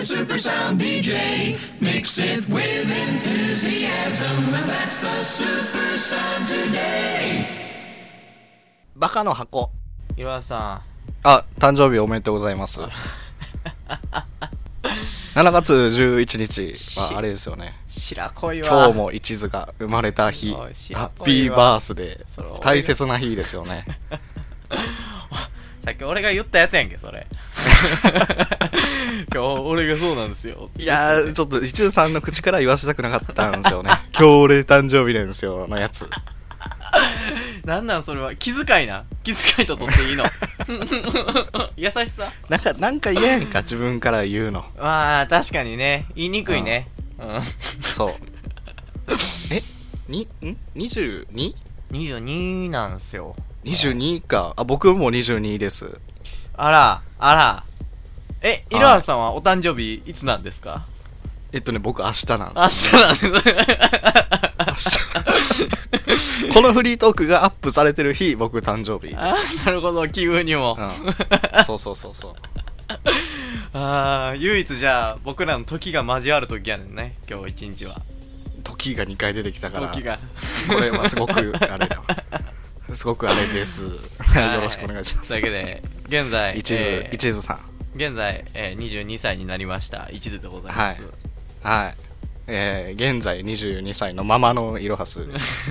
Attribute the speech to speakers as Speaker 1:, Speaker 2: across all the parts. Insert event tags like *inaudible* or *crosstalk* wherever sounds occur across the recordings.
Speaker 1: sound DJ mix it with enthusiasm, and that's the super sound today.
Speaker 2: バカの箱
Speaker 3: いろはさ
Speaker 2: あ誕生日おめでとうござい *laughs* ます7月11日はあれですよね
Speaker 3: ん白恋は
Speaker 2: 今日も一途が生まれた日
Speaker 3: お
Speaker 2: ハ
Speaker 3: い知らん
Speaker 2: ッピーバースデ
Speaker 3: それ
Speaker 2: ー大切な日ですよね
Speaker 3: さっき俺が言ったやつやんけそ *laughs* れ今日俺がそうなんですよ
Speaker 2: *laughs* いやーちょっ *laughs* と一途さんの口から言わせたくなかったんですよ *laughs* ね今日俺誕生日なんですよのやつ
Speaker 3: なんなんそれは気遣いな気遣いととって *laughs* いいの優しさ
Speaker 2: なんかなんか言えんか自分から言うの
Speaker 3: まあ確かにね言いにくいねう
Speaker 2: そうえにん 22?
Speaker 3: ん22なんすよ
Speaker 2: 22かあ僕も22です
Speaker 3: あらあらえ
Speaker 2: はい
Speaker 3: いろはさんはお誕生日いつなんですか
Speaker 2: えっとね僕明日なんですよ
Speaker 3: 明日なんです
Speaker 2: *laughs* このフリートークがアップされてる日僕誕生日です
Speaker 3: *laughs* あーなるほど気分にも、
Speaker 2: うん、そうそうそうそう
Speaker 3: ああ唯一じゃあ僕らの時が交わる時やねんね今日一日は
Speaker 2: 時が2回出てきたから
Speaker 3: 時が
Speaker 2: これはすごくあれだすごくあれです、
Speaker 3: は
Speaker 2: よろしくお願いします
Speaker 3: というわけで現在
Speaker 2: 一途、
Speaker 3: えー
Speaker 2: 一途さん
Speaker 3: 現在、えー、22歳になりました一途でございます、
Speaker 2: はいはいえー、現在22歳のままのいろはすです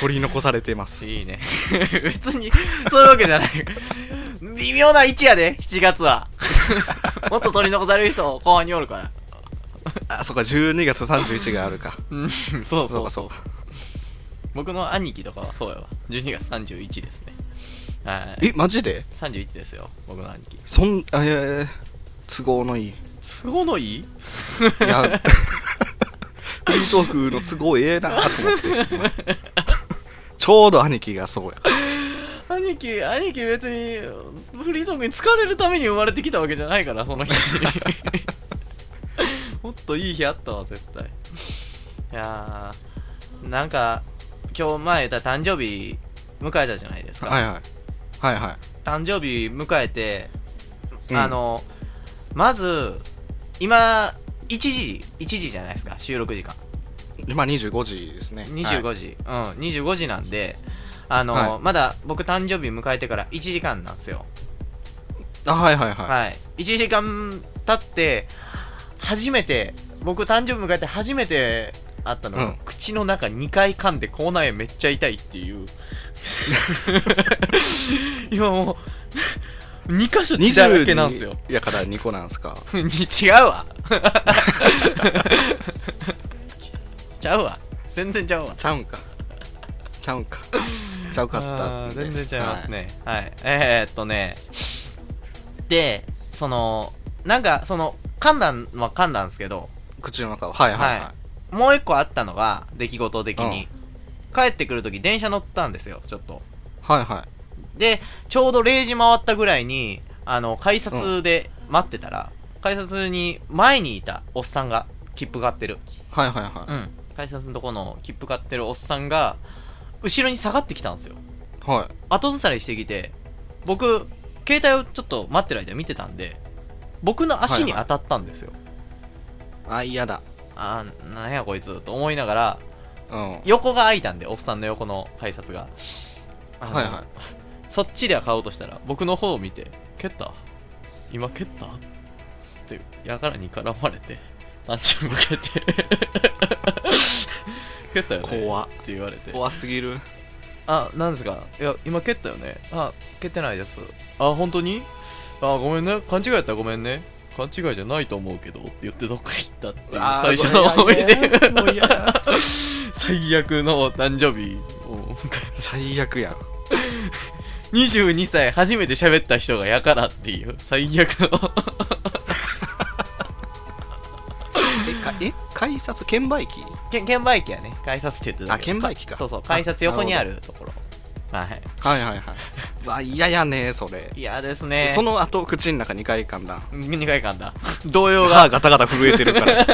Speaker 2: 取り残されてます
Speaker 3: *laughs* *laughs* いいね。別に、そういうわけじゃない。微妙な位置やで、7
Speaker 2: *laughs*
Speaker 3: 月は。もっと取り残される人、後半におるから。
Speaker 2: あそっか12月31があるか
Speaker 3: うん、そう
Speaker 2: そ
Speaker 3: そうう
Speaker 2: か
Speaker 3: そ
Speaker 2: そうう。か
Speaker 3: 僕の兄貴とかはそうやわ。12月31ですね。はい。
Speaker 2: えマジで
Speaker 3: 31ですよ、僕の兄貴。
Speaker 2: そんえー、都合のいい
Speaker 3: 都合のいい
Speaker 2: い
Speaker 3: *laughs*
Speaker 2: や、フリートークの都合ええなと思って。ちょうど兄貴がそうやから。
Speaker 3: 兄貴、兄貴別に、フリートークに疲れるために生まれてきたわけじゃないから、
Speaker 2: *laughs*
Speaker 3: その日。もっといい日あったわ、絶対。いやー、なんか、今日前言った誕生日迎えたじゃないですか。
Speaker 2: はいはい。はいはい。
Speaker 3: 誕生日迎えて、
Speaker 2: うん
Speaker 3: あの、まず、今、1時、1時じゃないですか、収録時間。
Speaker 2: 今25時ですね。はい
Speaker 3: 25時、うん、25時なんで、あの、
Speaker 2: はい
Speaker 3: まだ僕誕生日迎えてから1時間なんですよ。
Speaker 2: あ、はいはいはい。
Speaker 3: はい、1時間経って初めて僕誕生日迎えて初めてあったのが、
Speaker 2: うん。
Speaker 3: 口の中2回噛んで口内炎めっちゃ痛いっていう今もう2箇所血だらけなんですよ
Speaker 2: やから2個なんすか。
Speaker 3: *laughs* 違うわちゃうわ全然ちゃうわ
Speaker 2: ちゃうんか。ちゃうんか。ちゃうかった
Speaker 3: あー
Speaker 2: で
Speaker 3: 全
Speaker 2: す
Speaker 3: 然ちゃいます。ねはい、えー、っとねでそのなんかその噛んだんは噛んだんですけど
Speaker 2: はい口の中を。はいはいはい。
Speaker 3: はもう一個あったのが出来事的に、帰ってくるとき電車乗ったんですよちょっと
Speaker 2: はいはい。
Speaker 3: でちょうど0時回ったぐらいにあの改札で待ってたら、改札に前にいたおっさんが切符買ってる
Speaker 2: はいはいは
Speaker 3: うん改札のとこの切符買ってるおっさんが後ろに下がってきたんですよ
Speaker 2: い。はい。
Speaker 3: 後ずさりしてきて僕携帯をちょっと待ってる間見てたんで僕の足に当たったんですよ、
Speaker 2: あ、嫌だ。
Speaker 3: あーなんやこいつと思いながら
Speaker 2: うん。
Speaker 3: 横が開いたんでおっさんの横の改札があの
Speaker 2: はいは
Speaker 3: そっちでは買おうとしたら僕の方を見て「蹴った今蹴った?」ってやからに絡まれてパンチを向けて
Speaker 2: *laughs*
Speaker 3: 「蹴ったよね?」
Speaker 2: 怖
Speaker 3: って言われて
Speaker 2: 怖すぎる。
Speaker 3: あ、なんですかいや、今蹴ったよね。あ、蹴ってないです。あ、本当にあ、ごめんね。勘違いやったらごめんね。勘違いじゃないと思うけどって言ってどっか行ったっていう
Speaker 2: あー
Speaker 3: 最初の思い出。
Speaker 2: もう嫌だ。
Speaker 3: *laughs* 最悪の誕生日を迎え
Speaker 2: 最悪やん。
Speaker 3: 22歳初めて喋った人がやからっていう最悪の
Speaker 2: え、かえ改札券売機
Speaker 3: け券売機やね改札って言ってたけど
Speaker 2: あ券売機か
Speaker 3: そうそう改札横にあるところはい
Speaker 2: はいはいはい。わ、嫌やね、それ。
Speaker 3: いやですね
Speaker 2: その後、口の中2回噛んだ。
Speaker 3: 2回間だ動揺が
Speaker 2: 歯ガタガタ震えてるから。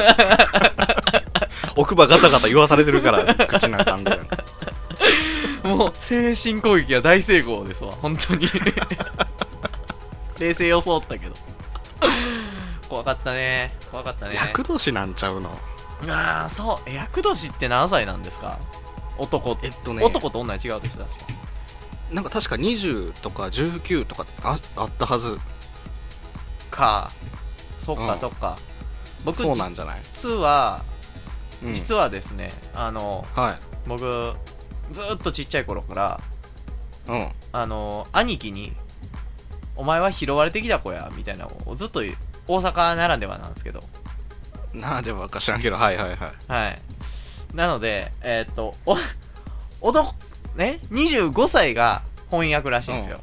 Speaker 2: *laughs* 奥歯ガタガタ言わされてるから、口の中噛んでる。
Speaker 3: もう精神攻撃は大成功ですわ本当に冷静装ったけど怖かったね怖かったね
Speaker 2: *laughs* 厄年なんちゃうの
Speaker 3: ああそうえ厄年って何歳なんですか男
Speaker 2: えっとね
Speaker 3: 男と女違うでした確か
Speaker 2: なんか確か20とか19とかああったはず
Speaker 3: かそっか、
Speaker 2: うん
Speaker 3: そっか僕
Speaker 2: そうなんじゃない、
Speaker 3: 実は
Speaker 2: うん、
Speaker 3: 実はですね、あの
Speaker 2: はい
Speaker 3: 僕ずーっとちっちゃい頃から
Speaker 2: うん
Speaker 3: あの兄貴に「お前は拾われてきた子や」みたいなのをずっと言う大阪ならではなんですけど
Speaker 2: なあでもか知らんけどはいはいはい
Speaker 3: はいなのでえーっとお男ね25歳が翻訳らしいんですよ、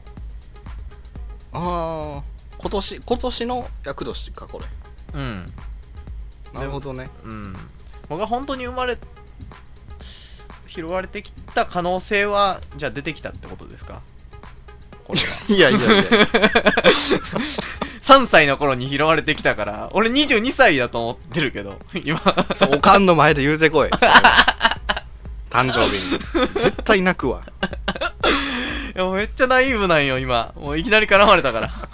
Speaker 2: ああ今年今年の厄年かこれ
Speaker 3: うん
Speaker 2: なるほどね
Speaker 3: うん、僕は本当に生まれ拾われてきた可能性はじゃあ出てきたってことですかこれは
Speaker 2: *laughs* いやいやいや
Speaker 3: 3歳の頃に拾われてきたから俺22歳だと思ってるけど今
Speaker 2: そうおかんの前で言うてこい *laughs* 誕生日に絶対泣くわ
Speaker 3: いやもうめっちゃナイーブなんよ今もういきなり絡まれたから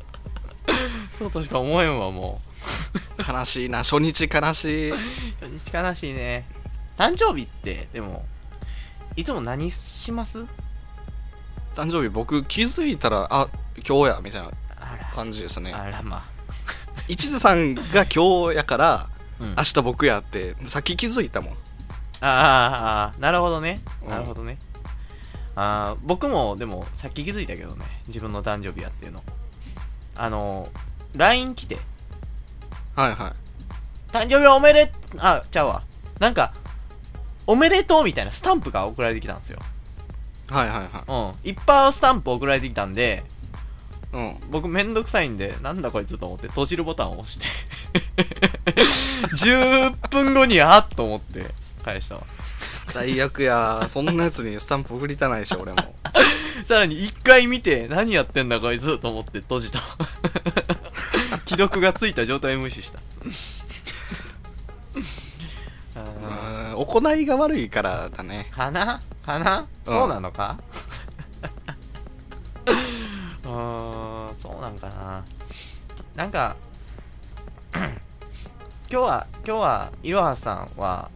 Speaker 3: *laughs* そうとしか思えんわも
Speaker 2: 悲しいな初日悲しいう
Speaker 3: 悲しいね誕生日ってでもいつも何します
Speaker 2: 誕生日僕気づいたらあ今日やみたいな
Speaker 3: あ
Speaker 2: 感じですね
Speaker 3: らあらま
Speaker 2: 一途さんが今日やから
Speaker 3: あ、うん
Speaker 2: 明日僕やって先気づいたもん
Speaker 3: あーあーあーなるほどね
Speaker 2: うん
Speaker 3: なるほどね、ああ僕もでもさっき気づいたけどね自分の誕生日やっていうのあの LINE 来て
Speaker 2: はいはい
Speaker 3: 「誕生日おめであちゃうわなんか「おめでとう」みたいなスタンプが送られてきたんですよ
Speaker 2: はいはい
Speaker 3: うんいっぱいスタンプ送られてきたんで
Speaker 2: はい
Speaker 3: 僕めんどくさいんでなんだこいつと思って閉じるボタンを押して *laughs* 10分後にあっと思って返したわ
Speaker 2: 最悪やそんなやつにスタンプ送りたないし俺も
Speaker 3: さらに一回見て、何やってんだこいつと思って閉じた。 *laughs* 既読がついた状態を無視した。
Speaker 2: う
Speaker 3: あ
Speaker 2: ーん行いが悪いからだね
Speaker 3: ーかなかな、そうなのか *laughs* うーん、そうなんかな。なんか、 *clears throat* 今日は、今日は、いろはさんは、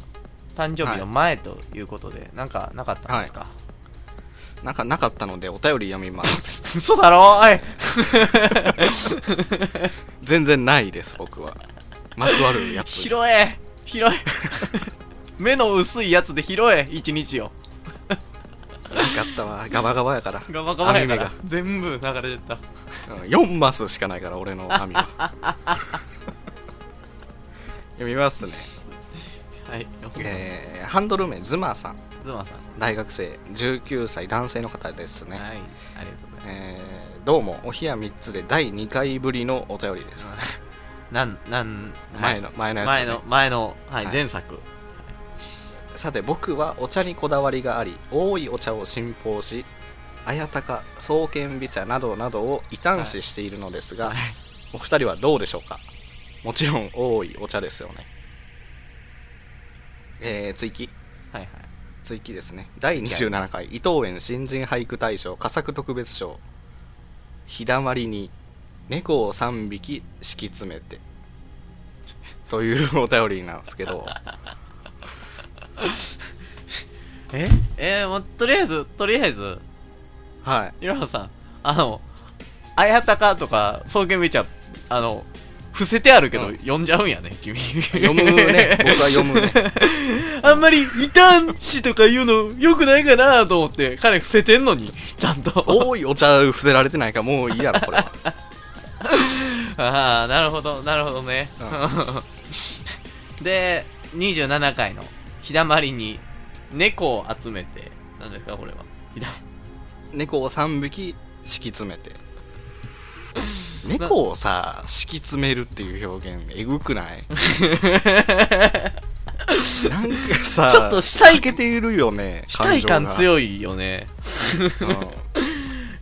Speaker 3: 誕生日の前ということで、なんかなかったんですか、
Speaker 2: なんかなかったのでお便り読みます
Speaker 3: *laughs* 嘘だろおい
Speaker 2: 全然ないです僕はまつわるやつ
Speaker 3: 拾え拾え *laughs* 目の薄いやつで拾え一日を
Speaker 2: なかったわガバガバやから
Speaker 3: ガバガバ
Speaker 2: 網
Speaker 3: やか
Speaker 2: 目が
Speaker 3: ら全部流れてった
Speaker 2: 4マスしかないから俺の網
Speaker 3: *laughs*
Speaker 2: は読みますね、
Speaker 3: はいお願いします
Speaker 2: えーハンドル名ズマさん
Speaker 3: ズマさん、
Speaker 2: 大学生19歳男性の方ですね、
Speaker 3: はいありがとうございま
Speaker 2: えーどうもお冷や3つで第2回ぶりのお便りです、
Speaker 3: すなんなん
Speaker 2: 前の
Speaker 3: はい
Speaker 2: 前のやつね
Speaker 3: 前の前のはい、
Speaker 2: はい
Speaker 3: 前作
Speaker 2: さて僕はお茶にこだわりがあり多いお茶を信奉し綾鷹爽健美茶などなどを異端視しているのですが、
Speaker 3: はい
Speaker 2: お二人はどうでしょうかもちろん多いお茶ですよねえー、追記
Speaker 3: はいはい
Speaker 2: 追記ですね第27回伊藤園新人俳句大賞佳作特別賞「日だまりに猫を3匹敷き詰めて」というお便りなんですけ
Speaker 3: *laughs*
Speaker 2: ど
Speaker 3: ええー、もうとりあえずとりあえず
Speaker 2: はい
Speaker 3: いろはさんあの「あやたか」とか「草原見ちゃあの伏せてあるけど、
Speaker 2: うん
Speaker 3: 読んじゃうんやね君
Speaker 2: 読むね僕は読むね
Speaker 3: *laughs* あんまり異端視とか言うの良くないかなと思って彼伏せてんのにちゃんと
Speaker 2: 多いお茶伏せられてないからもういいやろこれは *laughs*
Speaker 3: *laughs* ああなるほどなるほどね、 *laughs* で27回の「日だまりに猫を集めて」なんですかこれはひだ
Speaker 2: 猫を3匹敷き詰め
Speaker 3: *laughs*
Speaker 2: て猫をさ敷き詰めるっていう表現えぐくない
Speaker 3: *laughs*
Speaker 2: なんかさ
Speaker 3: ちょっとしたい
Speaker 2: 欠けているよね
Speaker 3: したい感
Speaker 2: い、
Speaker 3: 強いよね
Speaker 2: う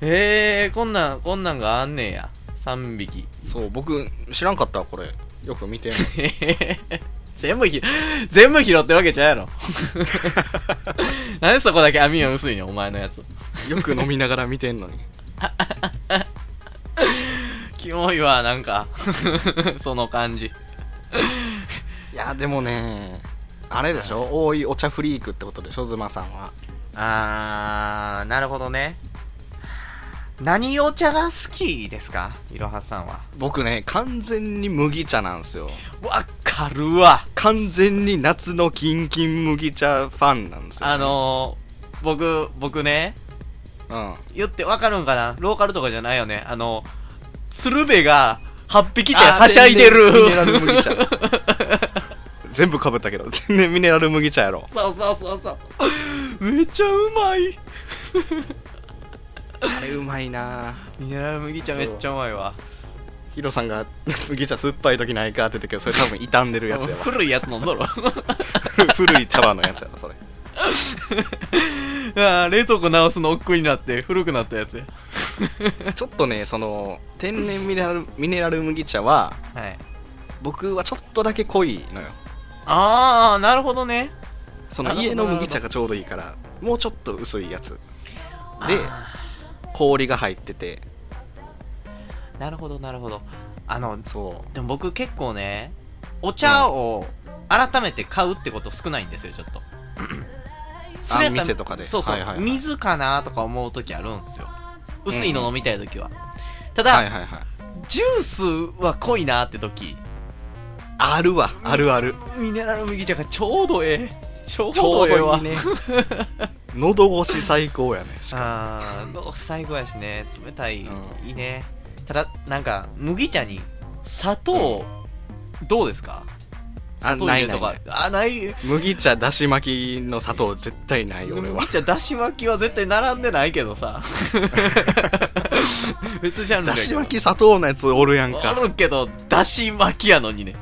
Speaker 3: えー、こんなんこんなんがあんねんや3匹
Speaker 2: んそう僕知らんかったわこれよく見てんの
Speaker 3: *laughs* 全部ひ *laughs* 全部拾ってるわけちゃうやろなんでそこだけ網が薄いのお前のやつ
Speaker 2: よく飲みながら見てんのに
Speaker 3: キモいわなんか *laughs* その感じ
Speaker 2: いやでもねあれでしょ多いお茶フリークってことでしょ妻さんは
Speaker 4: あーなるほどね何お茶が好きですかいろはさんは
Speaker 2: 僕ね完全に麦茶なんですよ
Speaker 3: わかるわ
Speaker 2: 完全に夏のキンキン麦茶ファンなんですよ、
Speaker 3: あのー、僕僕ね
Speaker 2: うん
Speaker 3: 言ってわかるんかなローカルとかじゃないよねあの鶴瓶が8匹で
Speaker 2: あー
Speaker 3: はしゃいでる
Speaker 2: 天然ミネラ
Speaker 3: *laughs*
Speaker 2: ル *laughs* 麦茶全部かぶったけど *laughs* 天然ミネラル麦茶やろ
Speaker 4: そうそうそうそう
Speaker 3: めっちゃうまい
Speaker 2: あれうまいな
Speaker 3: ミネラル麦茶めっちゃうまいわ
Speaker 2: ヒロさんが麦茶酸っぱい時ないかって言ったけどそれ多分傷んでるや *laughs* つやわ
Speaker 3: 古いやつ飲んだろ
Speaker 2: 古い茶葉のやつやろそれ
Speaker 3: *laughs* あー冷凍庫直すの億劫になって古くなったやつや
Speaker 2: ちょっとねその天然ミネラルミネラル麦茶は
Speaker 4: はい
Speaker 2: 僕はちょっとだけ濃いのよ
Speaker 3: ああなるほどね
Speaker 2: そ
Speaker 3: な
Speaker 2: の
Speaker 3: るほど
Speaker 2: 家の麦茶がちょうどいいからもうちょっと薄いやつで氷が入ってて
Speaker 4: なるほどなるほどあの
Speaker 2: そ
Speaker 4: でも僕結構ねお茶を改めて買うってこと少ないんですよちょっとそれやったら
Speaker 2: 店とかで
Speaker 4: そうそう、
Speaker 2: はいはいはい
Speaker 4: 水かなとか思う時あるんですよ薄いの飲みたい時は、た
Speaker 2: う
Speaker 4: だ、
Speaker 2: はいはいはい
Speaker 4: ジュースは濃いなって時
Speaker 2: あるわあるある
Speaker 3: ミネラル麦茶がちょうどええちょう
Speaker 2: ちょ
Speaker 3: ど
Speaker 2: う
Speaker 3: ええ
Speaker 2: ど
Speaker 3: わ
Speaker 2: いいね喉越し最高やねしか
Speaker 4: あーどう最後やしね冷たい、
Speaker 2: うん
Speaker 4: いいねただなんか麦茶に
Speaker 3: 砂糖、どうですか
Speaker 2: あ
Speaker 3: 砂糖入れと
Speaker 2: な
Speaker 3: か
Speaker 2: いない
Speaker 3: あない
Speaker 2: 麦茶だし巻きの砂糖絶対ない俺
Speaker 3: *laughs*
Speaker 2: は
Speaker 3: 麦茶だし巻きは絶対並んでないけど
Speaker 2: *laughs*
Speaker 3: さ別ジャンル
Speaker 2: だ
Speaker 3: やけ
Speaker 2: し
Speaker 3: ど
Speaker 2: 巻き砂糖のやつおるやん
Speaker 3: あ
Speaker 2: か
Speaker 3: るけどだし巻きやのにね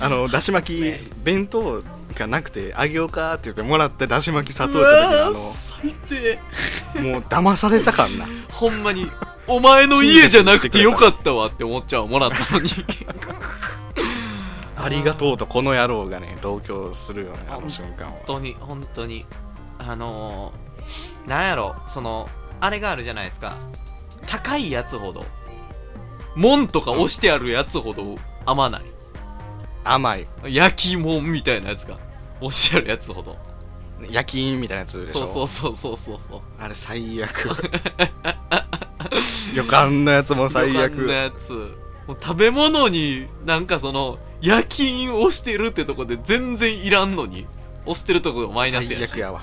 Speaker 2: あのだし巻き弁当がなくてあげようかって言ってもらってだし巻き砂糖
Speaker 3: う
Speaker 2: やった時
Speaker 3: わー
Speaker 2: の
Speaker 3: 最低
Speaker 2: あのもう騙されたかんな
Speaker 3: ほんまにお前の家じゃなくてよかったわって思っちゃうもらったのに
Speaker 2: ありがとうとこの野郎がね同居するよねあの瞬間は
Speaker 4: 本当に本当にあのー、なんやろそのあれがあるじゃないですか高いやつほど
Speaker 3: 門とか押してあるやつほど甘ない
Speaker 2: 甘い
Speaker 3: 焼きもんみたいなやつが押してあるやつほど
Speaker 2: 焼き印みたいなやつでし
Speaker 3: そ
Speaker 2: ょ
Speaker 3: うそうそうそうそうそう
Speaker 2: あれ最
Speaker 3: *laughs*
Speaker 2: 悪旅館のやつも最
Speaker 3: 旅館の
Speaker 2: 悪
Speaker 3: やつもう食べ物になんかその夜勤をしてるってとこで全然いらんのに押してるとこがマイナスや
Speaker 2: 最
Speaker 3: し
Speaker 2: 悪や
Speaker 3: *laughs*
Speaker 2: わ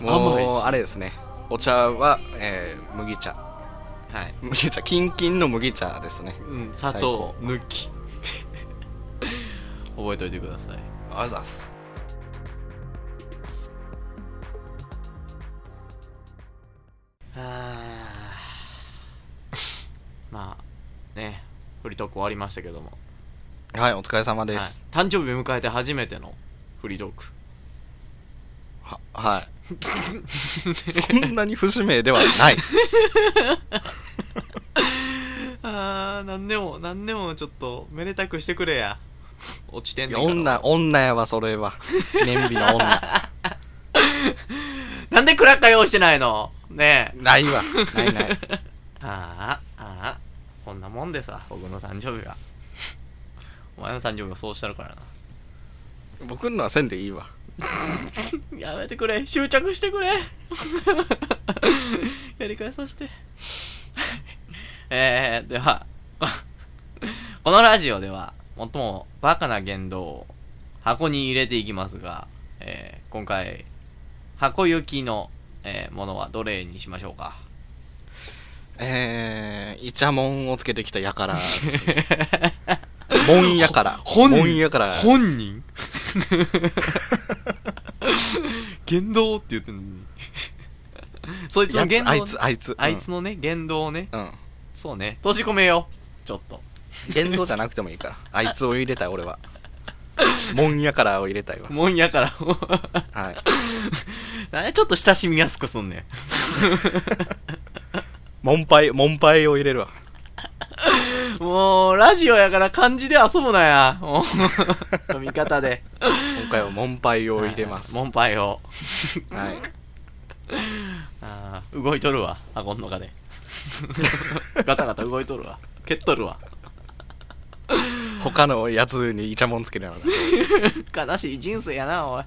Speaker 3: 甘い
Speaker 2: もう
Speaker 3: し
Speaker 2: あれですねお茶は、えー麦茶
Speaker 4: はい
Speaker 2: 麦茶キンキンの麦茶ですね
Speaker 3: うん、砂糖抜き *laughs* 覚えておいてください
Speaker 2: あざっす
Speaker 4: あ
Speaker 3: *laughs* まあねフリートーク終わりましたけども、
Speaker 2: はいお疲れ様
Speaker 3: はい
Speaker 2: です、、
Speaker 3: 誕生日を迎えて初めてのフリートーク
Speaker 2: ははいそんなに不死名ではな
Speaker 3: *laughs*
Speaker 2: い
Speaker 3: あーなんでもなんでもちょっとめでたくしてくれや落ちてん
Speaker 2: い
Speaker 3: ね
Speaker 2: や
Speaker 3: んから
Speaker 2: 女女やわそれは記念日の
Speaker 3: *laughs*
Speaker 2: 女
Speaker 3: なんでクラッカー用意してないのねえ
Speaker 2: ないわない
Speaker 3: *laughs*
Speaker 2: ない
Speaker 4: あああこんなもんでさ僕の誕生日は
Speaker 3: お前の誕生日もそうしたるからな
Speaker 2: 僕のはせんでいいわ
Speaker 3: やめてくれ執着してくれ *laughs* やり返させて *laughs* えー、では *laughs* このラジオでは最もバカな言動を箱に入れていきますが、えー今回箱行きの、えーものはどれにしましょうか
Speaker 2: えー、イチャモンをつけてきたやからです
Speaker 3: *laughs*
Speaker 2: ねモンやからモンやから
Speaker 3: 本
Speaker 2: *laughs*
Speaker 3: 人言動って言ってん
Speaker 2: *laughs*
Speaker 3: のにそいつ
Speaker 2: やつ
Speaker 3: の言動
Speaker 2: あいつあいつ
Speaker 3: あいつのね、言動をね、
Speaker 2: うん、うん、
Speaker 3: そうね、閉じ込めよう。ちょっと。
Speaker 2: 言動じゃなくてもいいからあいつを入れたい俺はモンやからを入れたいわ
Speaker 3: もんやから、 *laughs*
Speaker 2: はい
Speaker 3: なんでちょっと親しみやすくすんねん。
Speaker 2: モンパイモンパイを入れるわ
Speaker 3: *laughs* もう、ラジオやから漢字で遊ぶなや。もう読み方で。
Speaker 2: 今回はモンパイを入れます
Speaker 3: モ
Speaker 2: は
Speaker 3: ンパイを。
Speaker 2: い *laughs*
Speaker 3: あー動いとるわ、あ、こんの中で。ガタガタ動いとるわ蹴っとるわ
Speaker 2: 他のやつにイチャモンつけるような
Speaker 3: 悲しい人生やなおい